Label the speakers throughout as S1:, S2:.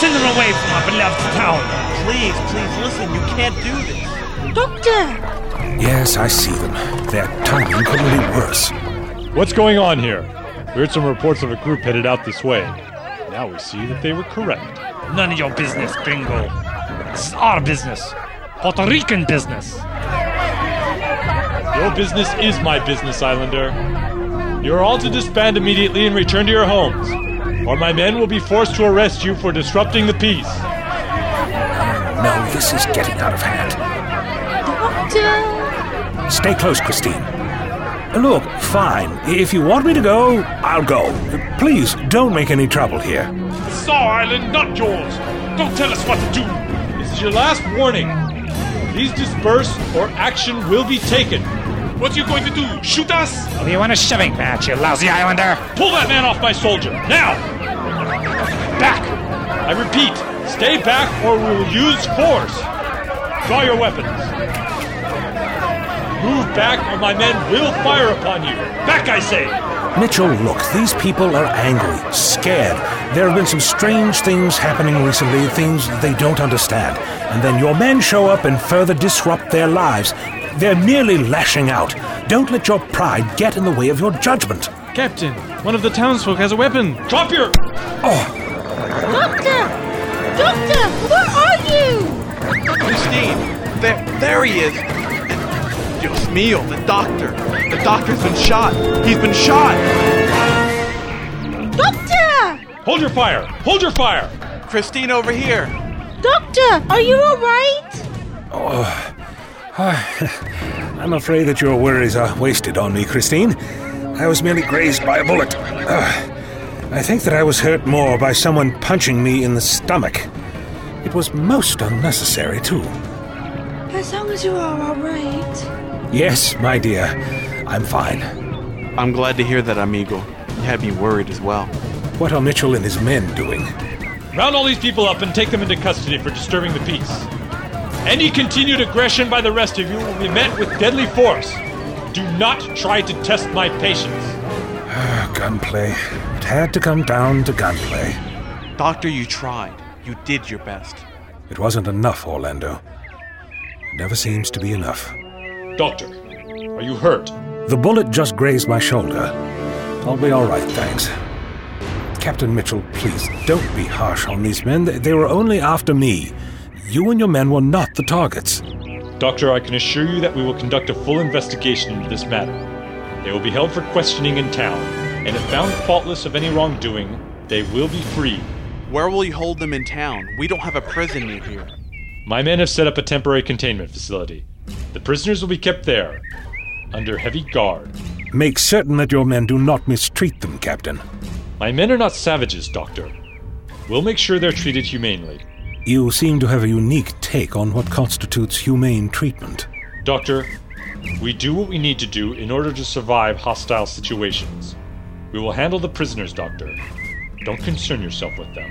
S1: Turn them away from our beloved town.
S2: Please, please listen. You can't do this.
S3: Doctor!
S4: Yes, I see them. Their timing couldn't be worse.
S5: What's going on here? We heard some reports of a group headed out this way. Now we see that they were correct.
S1: None of your business, Bingo. This is our business. Puerto Rican business.
S5: Your business is my business, Islander. You are all to disband immediately and return to your homes, or my men will be forced to arrest you for disrupting the peace.
S4: No, this is getting out of hand.
S3: Doctor!
S4: Stay close, Christine. Look, fine. If you want me to go, I'll go. Please, don't make any trouble here.
S5: It's our island, not yours. Don't tell us what to do. This is your last warning. Please disperse, or action will be taken. What are you going to do? Shoot us?
S1: Oh, you want a shoving match, you lousy islander?
S5: Pull that man off my soldier, now! Back! I repeat, stay back or we will use force! Draw your weapons. Move back or my men will fire upon you. Back, I say!
S4: Mitchell, look, these people are angry, scared. There have been some strange things happening recently, things they don't understand. And then your men show up and further disrupt their lives. They're merely lashing out. Don't let your pride get in the way of your judgment.
S6: Captain, one of the townsfolk has a weapon.
S5: Drop your.
S2: Oh,
S3: Doctor! Doctor! Where are you?
S2: Christine, there, there he is. Dios mío, the doctor. The doctor's been shot. He's been shot.
S3: Doctor!
S5: Hold your fire! Hold your fire!
S2: Christine, over here.
S3: Doctor! Are you alright?
S4: Ah, I'm afraid that your worries are wasted on me, Christine. I was merely grazed by a bullet. Ugh. I think that I was hurt more by someone punching me in the stomach. It was most unnecessary, too.
S3: As long as you are alright.
S4: Yes, my dear, I'm fine.
S2: I'm glad to hear that, amigo. You had me worried as well.
S4: What are Mitchell and his men doing?
S5: Round all these people up and take them into custody for disturbing the peace. Any continued aggression by the rest of you will be met with deadly force. Do not try to test my patience.
S4: Ah, Gunplay. It had to come down to gunplay.
S2: Doctor, you tried. You did your best.
S4: It wasn't enough, Orlando. It never seems to be enough.
S5: Doctor, are you hurt?
S4: The bullet just grazed my shoulder. I'll be all right, thanks. Captain Mitchell, please don't be harsh on these men. They- They were only after me. You and your men were not the targets.
S5: Doctor, I can assure you that we will conduct a full investigation into this matter. They will be held for questioning in town, and if found faultless of any wrongdoing, they will be free.
S2: Where will you hold them in town? We don't have a prison near here.
S5: My men have set up a temporary containment facility. The prisoners will be kept there, under heavy guard.
S4: Make certain that your men do not mistreat them, Captain.
S5: My men are not savages, Doctor. We'll make sure they're treated humanely.
S4: You seem to have a unique take on what constitutes humane treatment.
S5: Doctor, we do what we need to do in order to survive hostile situations. We will handle the prisoners, Doctor. Don't concern yourself with them.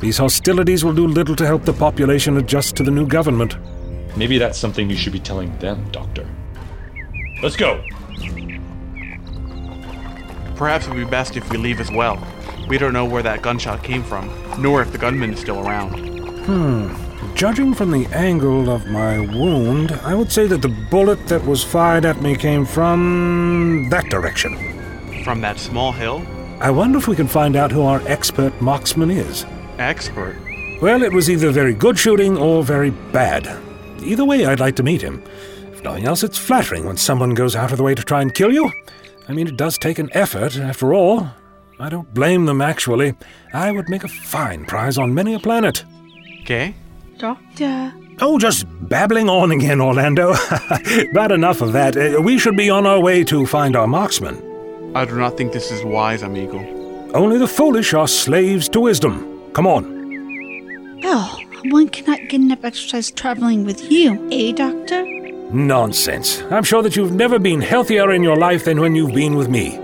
S4: These hostilities will do little to help the population adjust to the new government.
S5: Maybe that's something you should be telling them, Doctor. Let's go!
S2: Perhaps it would be best if we leave as well. We don't know where that gunshot came from, nor if the gunman is still around.
S4: Hmm. Judging from the angle of my wound, I would say that the bullet that was fired at me came from that direction.
S2: From that small hill?
S4: I wonder if we can find out who our expert marksman is.
S2: Expert.
S4: Well, it was either very good shooting or very bad. Either way, I'd like to meet him. If nothing else, it's flattering when someone goes out of the way to try and kill you. I mean, it does take an effort, after all. I don't blame them, actually. I would make a fine prize on many a planet.
S2: Okay.
S3: Doctor.
S4: Oh, just babbling on again, Orlando. Bad enough of that. Uh, We should be on our way to find our marksman.
S2: I do not think this is wise, amigo.
S4: Only the foolish are slaves to wisdom. Come on.
S3: Oh, one cannot get enough exercise traveling with you, eh, Doctor?
S4: Nonsense. I'm sure that you've never been healthier in your life than when you've been with me.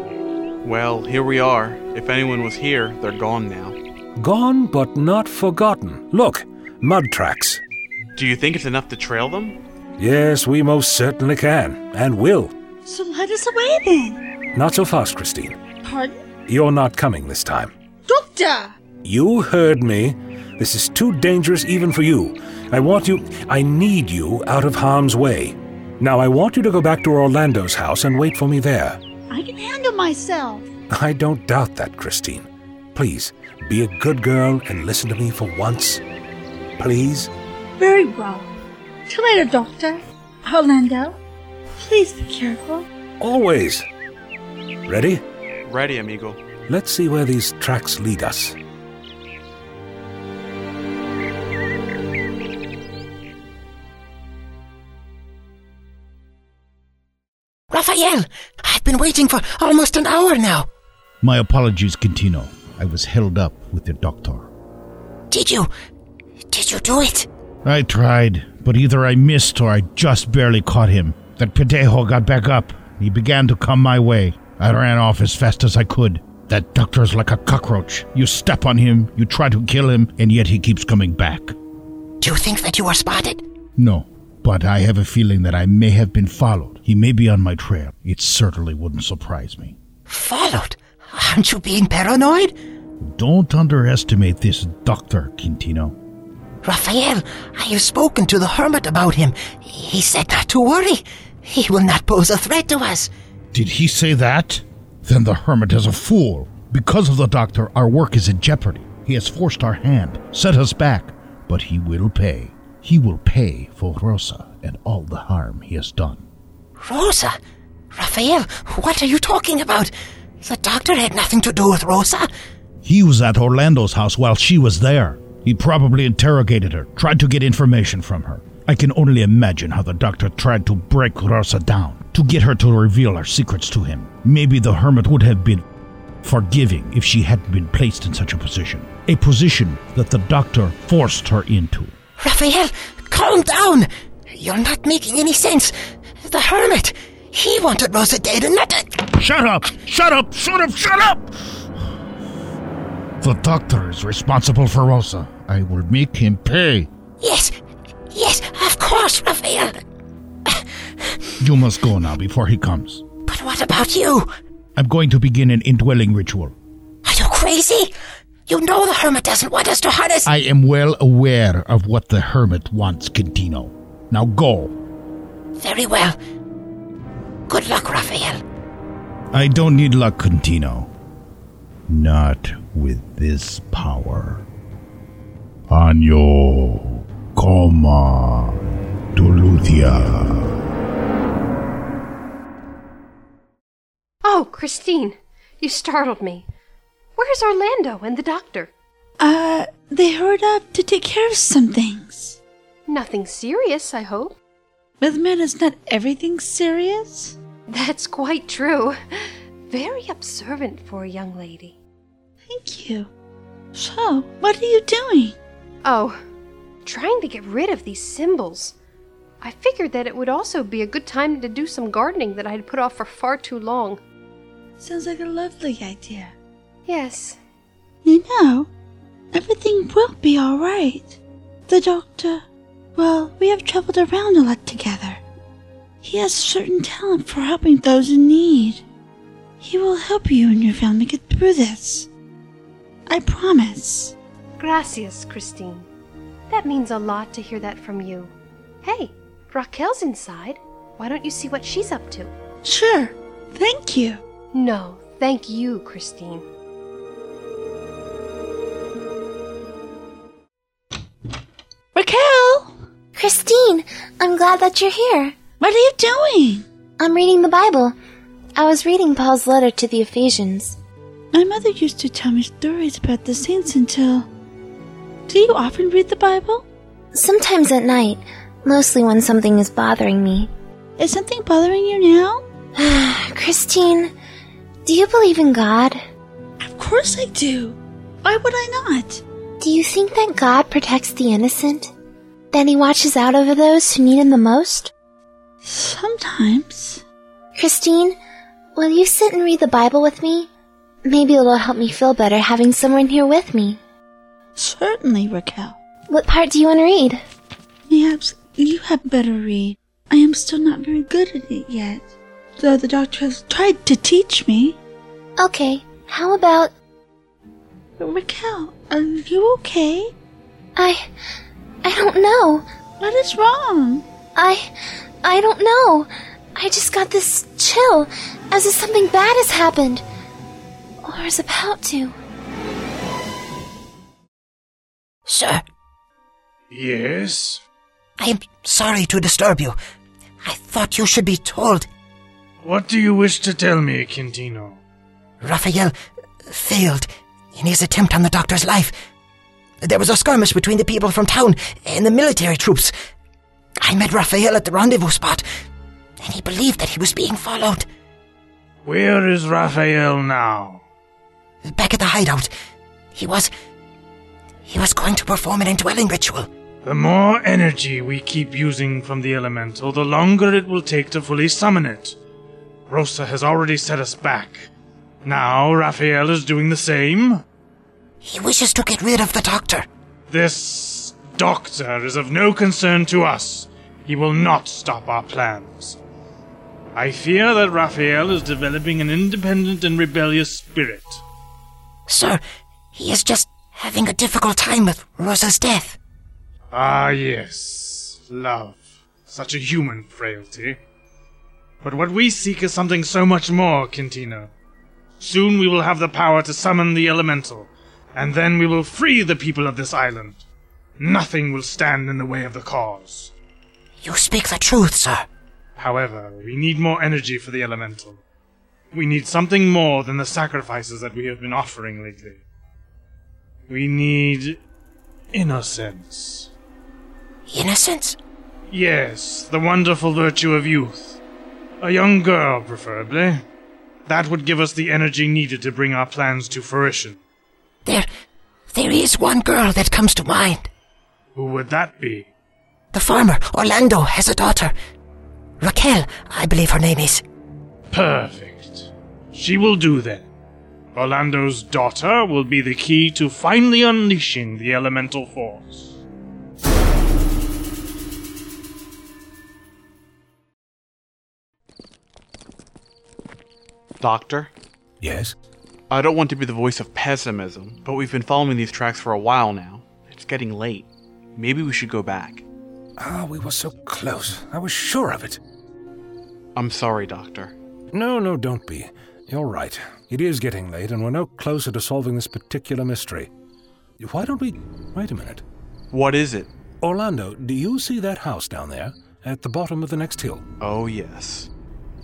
S2: Well, here we are. If anyone was here, they're gone now.
S4: Gone but not forgotten. Look, mud tracks.
S2: Do you think it's enough to trail them?
S4: Yes, we most certainly can, and will.
S3: So let us away then.
S4: Not so fast, Christine.
S3: Pardon?
S4: You're not coming this time.
S3: Doctor!
S4: You heard me. This is too dangerous even for you. I want you, I need you out of harm's way. Now, I want you to go back to Orlando's house and wait for me there.
S3: I can handle myself.
S4: I don't doubt that, Christine. Please, be a good girl and listen to me for once. Please?
S3: Very well. Till later, Doctor. Orlando, please be careful.
S4: Always. Ready?
S2: Ready, amigo.
S4: Let's see where these tracks lead us.
S7: Raphael, I've been waiting for almost an hour now.
S8: My apologies, Quintino. I was held up with the doctor.
S7: Did you? Did you do it?
S8: I tried, but either I missed or I just barely caught him. That Padejo got back up. He began to come my way. I ran off as fast as I could. That doctor's like a cockroach. You step on him, you try to kill him, and yet he keeps coming back.
S7: Do you think that you were spotted?
S8: No, but I have a feeling that I may have been followed. He may be on my trail. It certainly wouldn't surprise me.
S7: Followed? Aren't you being paranoid?
S8: Don't underestimate this doctor, Quintino.
S7: Raphael, I have spoken to the hermit about him. He said not to worry. He will not pose a threat to us.
S8: Did he say that? Then the hermit is a fool. Because of the doctor, our work is in jeopardy. He has forced our hand, set us back, but he will pay. He will pay for Rosa and all the harm he has done.
S7: Rosa? Raphael, what are you talking about? The doctor had nothing to do with Rosa.
S8: He was at Orlando's house while she was there. He probably interrogated her, tried to get information from her. I can only imagine how the doctor tried to break Rosa down, to get her to reveal her secrets to him. Maybe the hermit would have been forgiving if she hadn't been placed in such a position, a position that the doctor forced her into.
S7: Raphael, calm down. You're not making any sense. The hermit, he wanted Rosa dead and not.
S8: Shut up! Shut up! Shut up! Shut up! The doctor is responsible for Rosa. I will make him pay.
S7: Yes, yes, of course, Raphael.
S8: You must go now before he comes.
S7: But what about you?
S8: I'm going to begin an indwelling ritual.
S7: Are you crazy? You know the hermit doesn't want us to harness.
S8: I am well aware of what the hermit wants, Quintino. Now go.
S7: Very well. Good luck, Raphael.
S8: I don't need luck, Quintino. Not with this power. Año coma duluthia.
S9: Oh, Christine, you startled me. Where's Orlando and the doctor?
S3: Uh, they hurried up to take care of some things.
S9: Nothing serious, I hope.
S3: With men, is not everything serious?
S9: That's quite true. Very observant for a young lady.
S3: Thank you. So, what are you doing?
S9: Oh, trying to get rid of these symbols. I figured that it would also be a good time to do some gardening that I had put off for far too long.
S3: Sounds like a lovely idea.
S9: Yes,
S3: You know, everything will be all right. The doctor, well, we have traveled around a lot together. He has a certain talent for helping those in need. He will help you and your family get through this. I promise.
S9: gracias, Christine. That means a lot to hear that from you. Hey, Raquel's inside. Why don't you see what she's up to?
S3: Sure. Thank you.
S9: No, thank you, Christine.
S3: Raquel!
S10: Christine, I'm glad that you're here.
S3: What are you doing?
S10: I'm reading the Bible. I was reading Paul's letter to the Ephesians.
S3: My mother used to tell me stories about the saints until. Do you often read the Bible?
S10: Sometimes at night, mostly when something is bothering me.
S3: Is something bothering you now?
S10: Christine, do you believe in God?
S3: Of course I do. Why would I not?
S10: Do you think that God protects the innocent? That he watches out over those who need him the most?
S3: Sometimes.
S10: Christine, will you sit and read the Bible with me? Maybe it'll help me feel better having someone here with me.
S3: Certainly, Raquel.
S10: What part do you want to read?
S3: Perhaps you have better read. I am still not very good at it yet. Though the doctor has tried to teach me.
S10: Okay, how about
S3: Raquel, are you okay?
S10: I. I don't know.
S3: What is wrong?
S10: I. I don't know. I just got this chill, as if something bad has happened. Or is about to.
S7: Sir,
S11: Yes?
S7: I am sorry to disturb you. I thought you should be told.
S11: What do you wish to tell me, Quintino?
S7: Raphael failed in his attempt on the doctor's life. There was a skirmish between the people from town and the military troops. I met Raphael at the rendezvous spot, and he believed that he was being followed.
S11: Where is Raphael now?
S7: Back at the hideout, he was. He was going to perform an indwelling ritual.
S11: The more energy we keep using from the elemental, the longer it will take to fully summon it. Rosa has already set us back. Now Raphael is doing the same?
S7: He wishes to get rid of the doctor.
S11: This doctor is of no concern to us. He will not stop our plans. I fear that Raphael is developing an independent and rebellious spirit.
S7: Sir, he is just having a difficult time with Rosa's death.
S11: Ah, yes, love. Such a human frailty. But what we seek is something so much more, Quintino. Soon we will have the power to summon the elemental, and then we will free the people of this island. Nothing will stand in the way of the cause.
S7: You speak the truth, sir.
S11: However, we need more energy for the elemental. We need something more than the sacrifices that we have been offering lately. We need innocence.
S7: Innocence?
S11: Yes, the wonderful virtue of youth. A young girl, preferably. That would give us the energy needed to bring our plans to fruition.
S7: There. There is one girl that comes to mind.
S11: Who would that be?
S7: The farmer, Orlando, has a daughter. Raquel, I believe her name is.
S11: Perfect. She will do then. Orlando's daughter will be the key to finally unleashing the elemental force.
S2: Doctor?
S4: Yes?
S2: I don't want to be the voice of pessimism, but we've been following these tracks for a while now. It's getting late. Maybe we should go back.
S4: Ah, we were so close. I was sure of it.
S2: I'm sorry, Doctor.
S4: No, no, don't be. You're right. It is getting late, and we're no closer to solving this particular mystery. Why don't we. Wait a minute.
S2: What is it?
S4: Orlando, do you see that house down there at the bottom of the next hill?
S2: Oh, yes.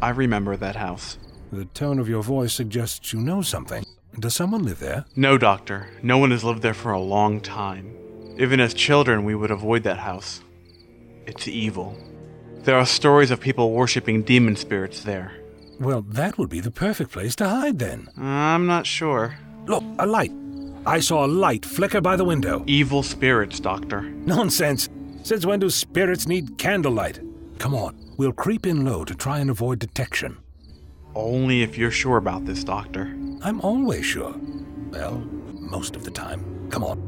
S2: I remember that house.
S4: The tone of your voice suggests you know something. Does someone live there?
S2: No, Doctor. No one has lived there for a long time. Even as children, we would avoid that house. It's evil. There are stories of people worshipping demon spirits there.
S4: Well, that would be the perfect place to hide then.
S2: I'm not sure.
S4: Look, a light. I saw a light flicker by the window.
S2: Evil spirits, Doctor.
S4: Nonsense. Since when do spirits need candlelight? Come on, we'll creep in low to try and avoid detection.
S2: Only if you're sure about this, Doctor.
S4: I'm always sure. Well, most of the time. Come on.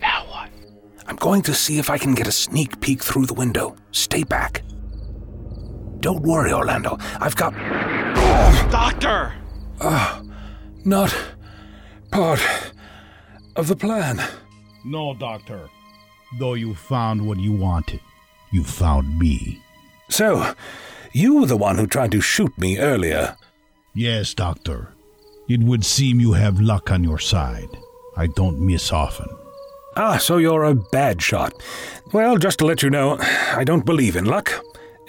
S2: Now what?
S4: I'm going to see if I can get a sneak peek through the window. Stay back. Don't worry, Orlando. I've got. Ah,
S2: Doctor!
S4: Not part of the plan.
S8: No, Doctor. Though you found what you wanted, you found me.
S4: So, you were the one who tried to shoot me earlier.
S8: Yes, Doctor. It would seem you have luck on your side. I don't miss often.
S4: Ah, so you're a bad shot. Well, just to let you know, I don't believe in luck.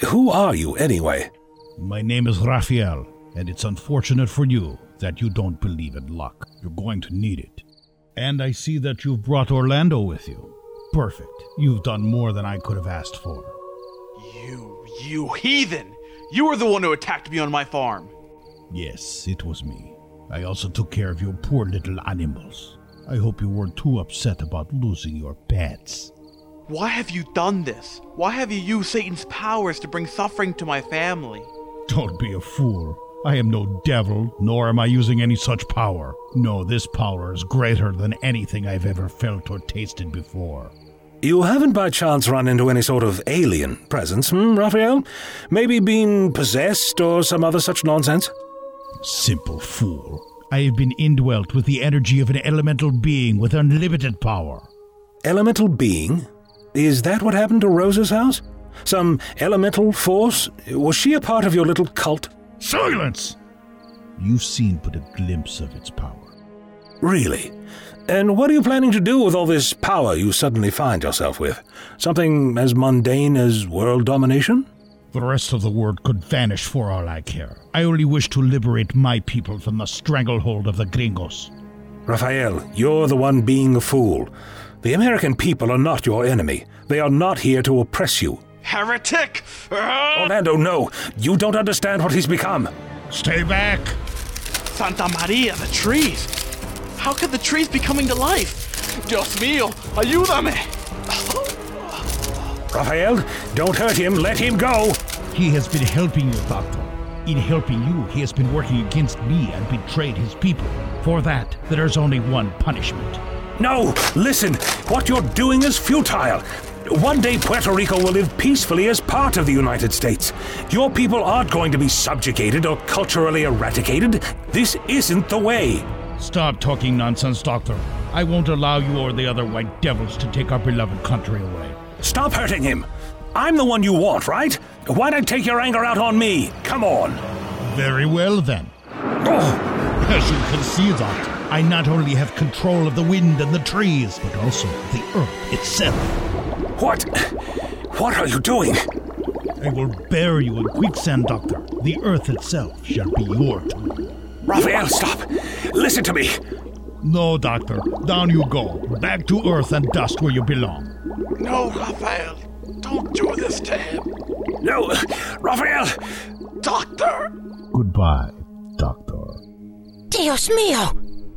S4: Who are you, anyway?
S8: My name is Raphael, and it's unfortunate for you that you don't believe in luck. You're going to need it. And I see that you've brought Orlando with you. Perfect. You've done more than I could have asked for.
S2: You, you heathen! You were the one who attacked me on my farm!
S8: Yes, it was me. I also took care of your poor little animals. I hope you weren't too upset about losing your pets.
S2: Why have you done this? Why have you used Satan's powers to bring suffering to my family?
S8: Don't be a fool. I am no devil, nor am I using any such power. No, this power is greater than anything I've ever felt or tasted before.
S4: You haven't by chance run into any sort of alien presence, hmm, Raphael? Maybe been possessed or some other such nonsense?
S8: Simple fool. I have been indwelt with the energy of an elemental being with unlimited power.
S4: Elemental being? Is that what happened to Rosa's house? Some elemental force? Was she a part of your little cult?
S8: Silence! You've seen but a glimpse of its power.
S4: Really? And what are you planning to do with all this power you suddenly find yourself with? Something as mundane as world domination?
S8: The rest of the world could vanish for all I care. I only wish to liberate my people from the stranglehold of the gringos.
S4: Raphael, you're the one being a fool. The American people are not your enemy. They are not here to oppress you.
S2: Heretic!
S4: Orlando, no! You don't understand what he's become!
S8: Stay back!
S2: Santa Maria, the trees! How could the trees be coming to life? Dios mío, ayúdame!
S4: Raphael, don't hurt him. Let him go.
S8: He has been helping you, Doctor. In helping you, he has been working against me and betrayed his people. For that, there is only one punishment.
S4: No! Listen! What you're doing is futile! One day Puerto Rico will live peacefully as part of the United States. Your people aren't going to be subjugated or culturally eradicated. This isn't the way.
S8: Stop talking nonsense, Doctor. I won't allow you or the other white devils to take our beloved country away.
S4: Stop hurting him! I'm the one you want, right? Why not take your anger out on me? Come on!
S8: Very well, then.
S4: Oh!
S8: As you can see, Doctor, I not only have control of the wind and the trees, but also the earth itself.
S4: What? What are you doing?
S8: I will bury you in quicksand, Doctor. The earth itself shall be your tomb.
S4: Raphael, stop! Listen to me!
S8: No, Doctor. Down you go. Back to earth and dust where you belong.
S2: No, Raphael! Don't do this to him!
S4: No! Raphael!
S2: Doctor!
S8: Goodbye, Doctor.
S7: Dios mio!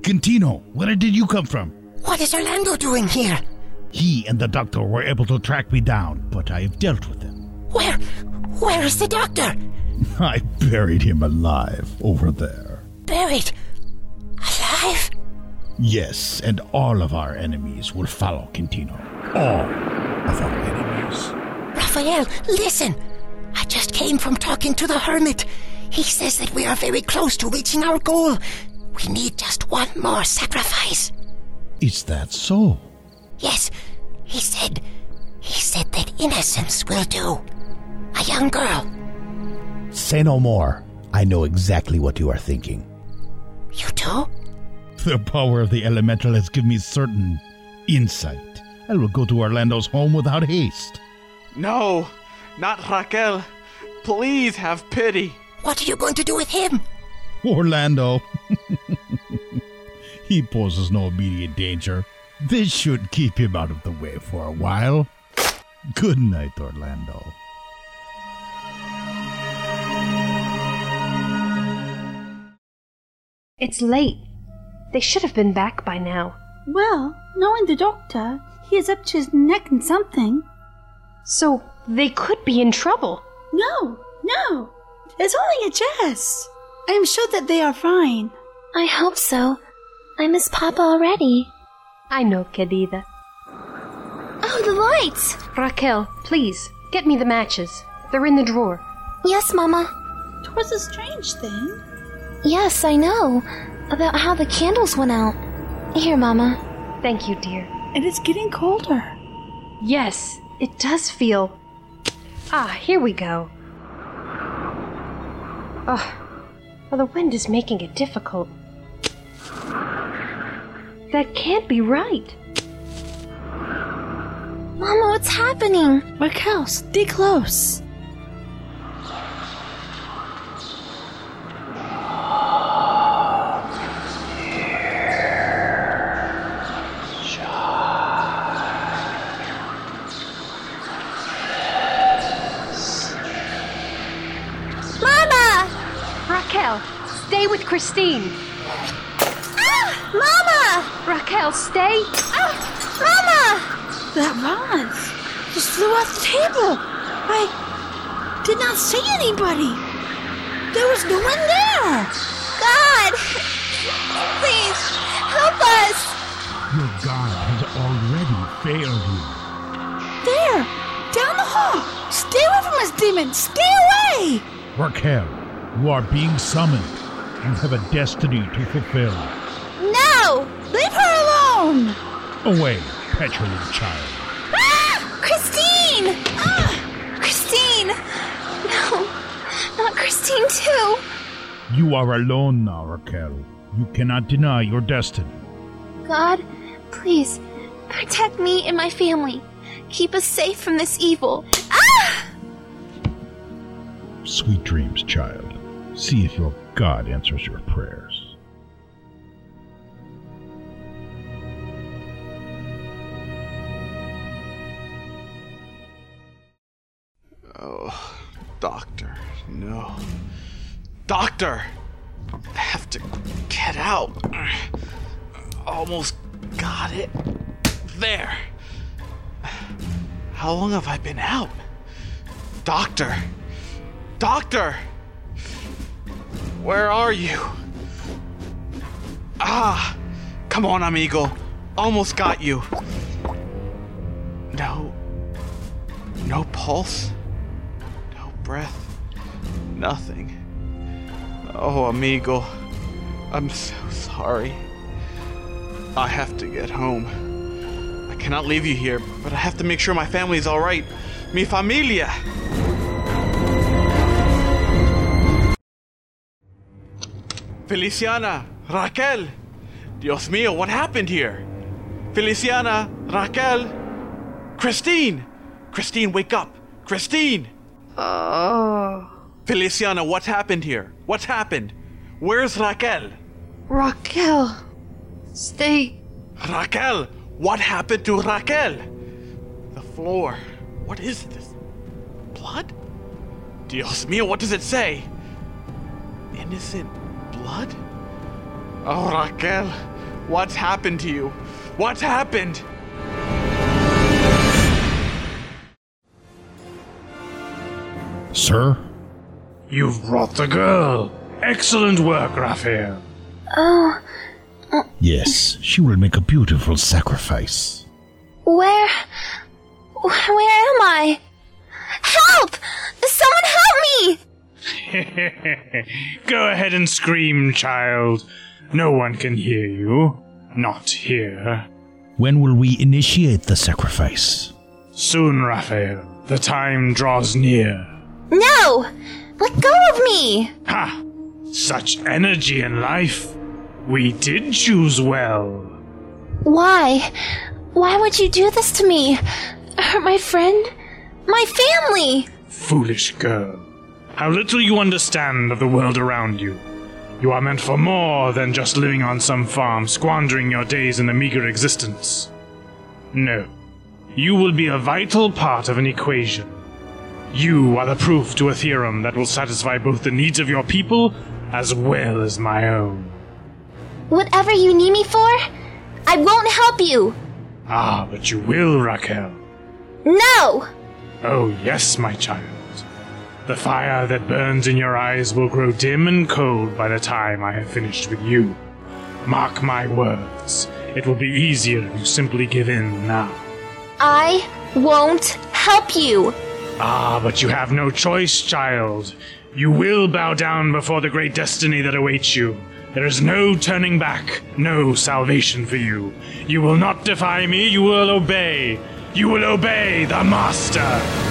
S8: Quintino, where did you come from?
S7: What is Orlando doing here?
S8: He and the doctor were able to track me down, but I have dealt with them.
S7: Where? Where is the doctor?
S8: I buried him alive over there.
S7: Buried? Alive?
S8: Yes, and all of our enemies will follow Quintino. Oh, All of our enemies.
S7: Raphael, listen! I just came from talking to the hermit. He says that we are very close to reaching our goal. We need just one more sacrifice.
S8: Is that so?
S7: Yes, he said. He said that innocence will do. A young girl.
S12: Say no more. I know exactly what you are thinking.
S7: You do?
S8: The power of the elemental has given me certain insight. I will go to Orlando's home without haste.
S2: No! Not Raquel! Please have pity!
S7: What are you going to do with him?
S8: Orlando. he poses no immediate danger. This should keep him out of the way for a while. Good night, Orlando.
S9: It's late. They should have been back by now.
S3: Well, knowing the doctor, he is up to his neck in something.
S9: So they could be in trouble.
S3: No, no! It's only a jest! I am sure that they are fine.
S10: I hope so. I miss Papa already.
S9: I know, Kedida.
S10: Oh, the lights!
S9: Raquel, please, get me the matches. They're in the drawer.
S10: Yes, Mama.
S3: 'Twas a strange thing.
S10: Yes, I know. About how the candles went out. Here, Mama.
S9: Thank you, dear.
S3: It is getting colder.
S9: Yes, it does feel. Ah, here we go. Oh, well, the wind is making it difficult. That can't be right.
S10: Mama, what's happening?
S3: Raquel, stay close.
S10: Mama!
S9: Raquel, stay with Christine.
S10: Ah! Mama!
S9: Raquel, stay.
S10: Ah! Mama!
S3: That was. Just flew off the table. I did not see anybody. There was no one there.
S10: God! Please, help us!
S8: Your God has already failed you.
S3: There, down the hall. Stay away from us, demon. Stay away.
S8: Raquel, you are being summoned. You have a destiny to fulfill.
S10: No! Leave her alone!
S8: Away, petulant child.
S10: Christine! Ah! Christine! No, not Christine, too.
S8: You are alone now, Raquel. You cannot deny your destiny.
S10: God, please, protect me and my family. Keep us safe from this evil. Ah!
S8: Sweet dreams, child. See if your God answers your prayers.
S2: Oh, doctor, no. Doctor! I have to get out. Almost got it. There! How long have I been out? Doctor! Doctor! Where are you? Ah! Come on, amigo. Almost got you. No. No pulse? No breath? Nothing. Oh, amigo. I'm so sorry. I have to get home. I cannot leave you here, but I have to make sure my family is alright. Mi familia! Feliciana! Raquel! Dios mío, what happened here? Feliciana! Raquel! Christine! Christine, wake up! Christine!
S9: Oh.
S2: Feliciana, what happened here? What's happened? Where's Raquel?
S9: Raquel, stay.
S2: Raquel! What happened to Raquel? The floor. What is this? Blood? Dios mío, what does it say? Innocent blood? Oh, Raquel, what's happened to you? What's happened?
S8: Sir?
S11: You've brought the girl. Excellent work, Raphael.
S10: Oh,
S8: Yes, she will make a beautiful sacrifice.
S10: where. wh- Where am I? Help! Someone help me!
S11: Go ahead and scream, child. No one can hear you. Not here.
S8: When will we initiate the sacrifice?
S11: Soon, Raphael. The time draws near.
S10: No! Let go of me!
S11: Ha! Such energy in life. We did choose well.
S10: Why? Why would you do this to me? Hurt my friend? My family!
S11: Foolish girl. How little you understand of the world around you. You are meant for more than just living on some farm, squandering your days in a meager existence. No. You will be a vital part of an equation. You are the proof to a theorem that will satisfy both the needs of your people as well as my own.
S10: Whatever you need me for, I won't help you!
S11: Ah, but you will, Raquel.
S10: No!
S11: Oh, yes, my child. The fire that burns in your eyes will grow dim and cold by the time I have finished with you. Mark my words, it will be easier if you simply give in now.
S10: I won't help you!
S11: Ah, but you have no choice, child. You will bow down before the great destiny that awaits you. There is no turning back, no salvation for you. You will not defy me, you will obey. You will obey the Master!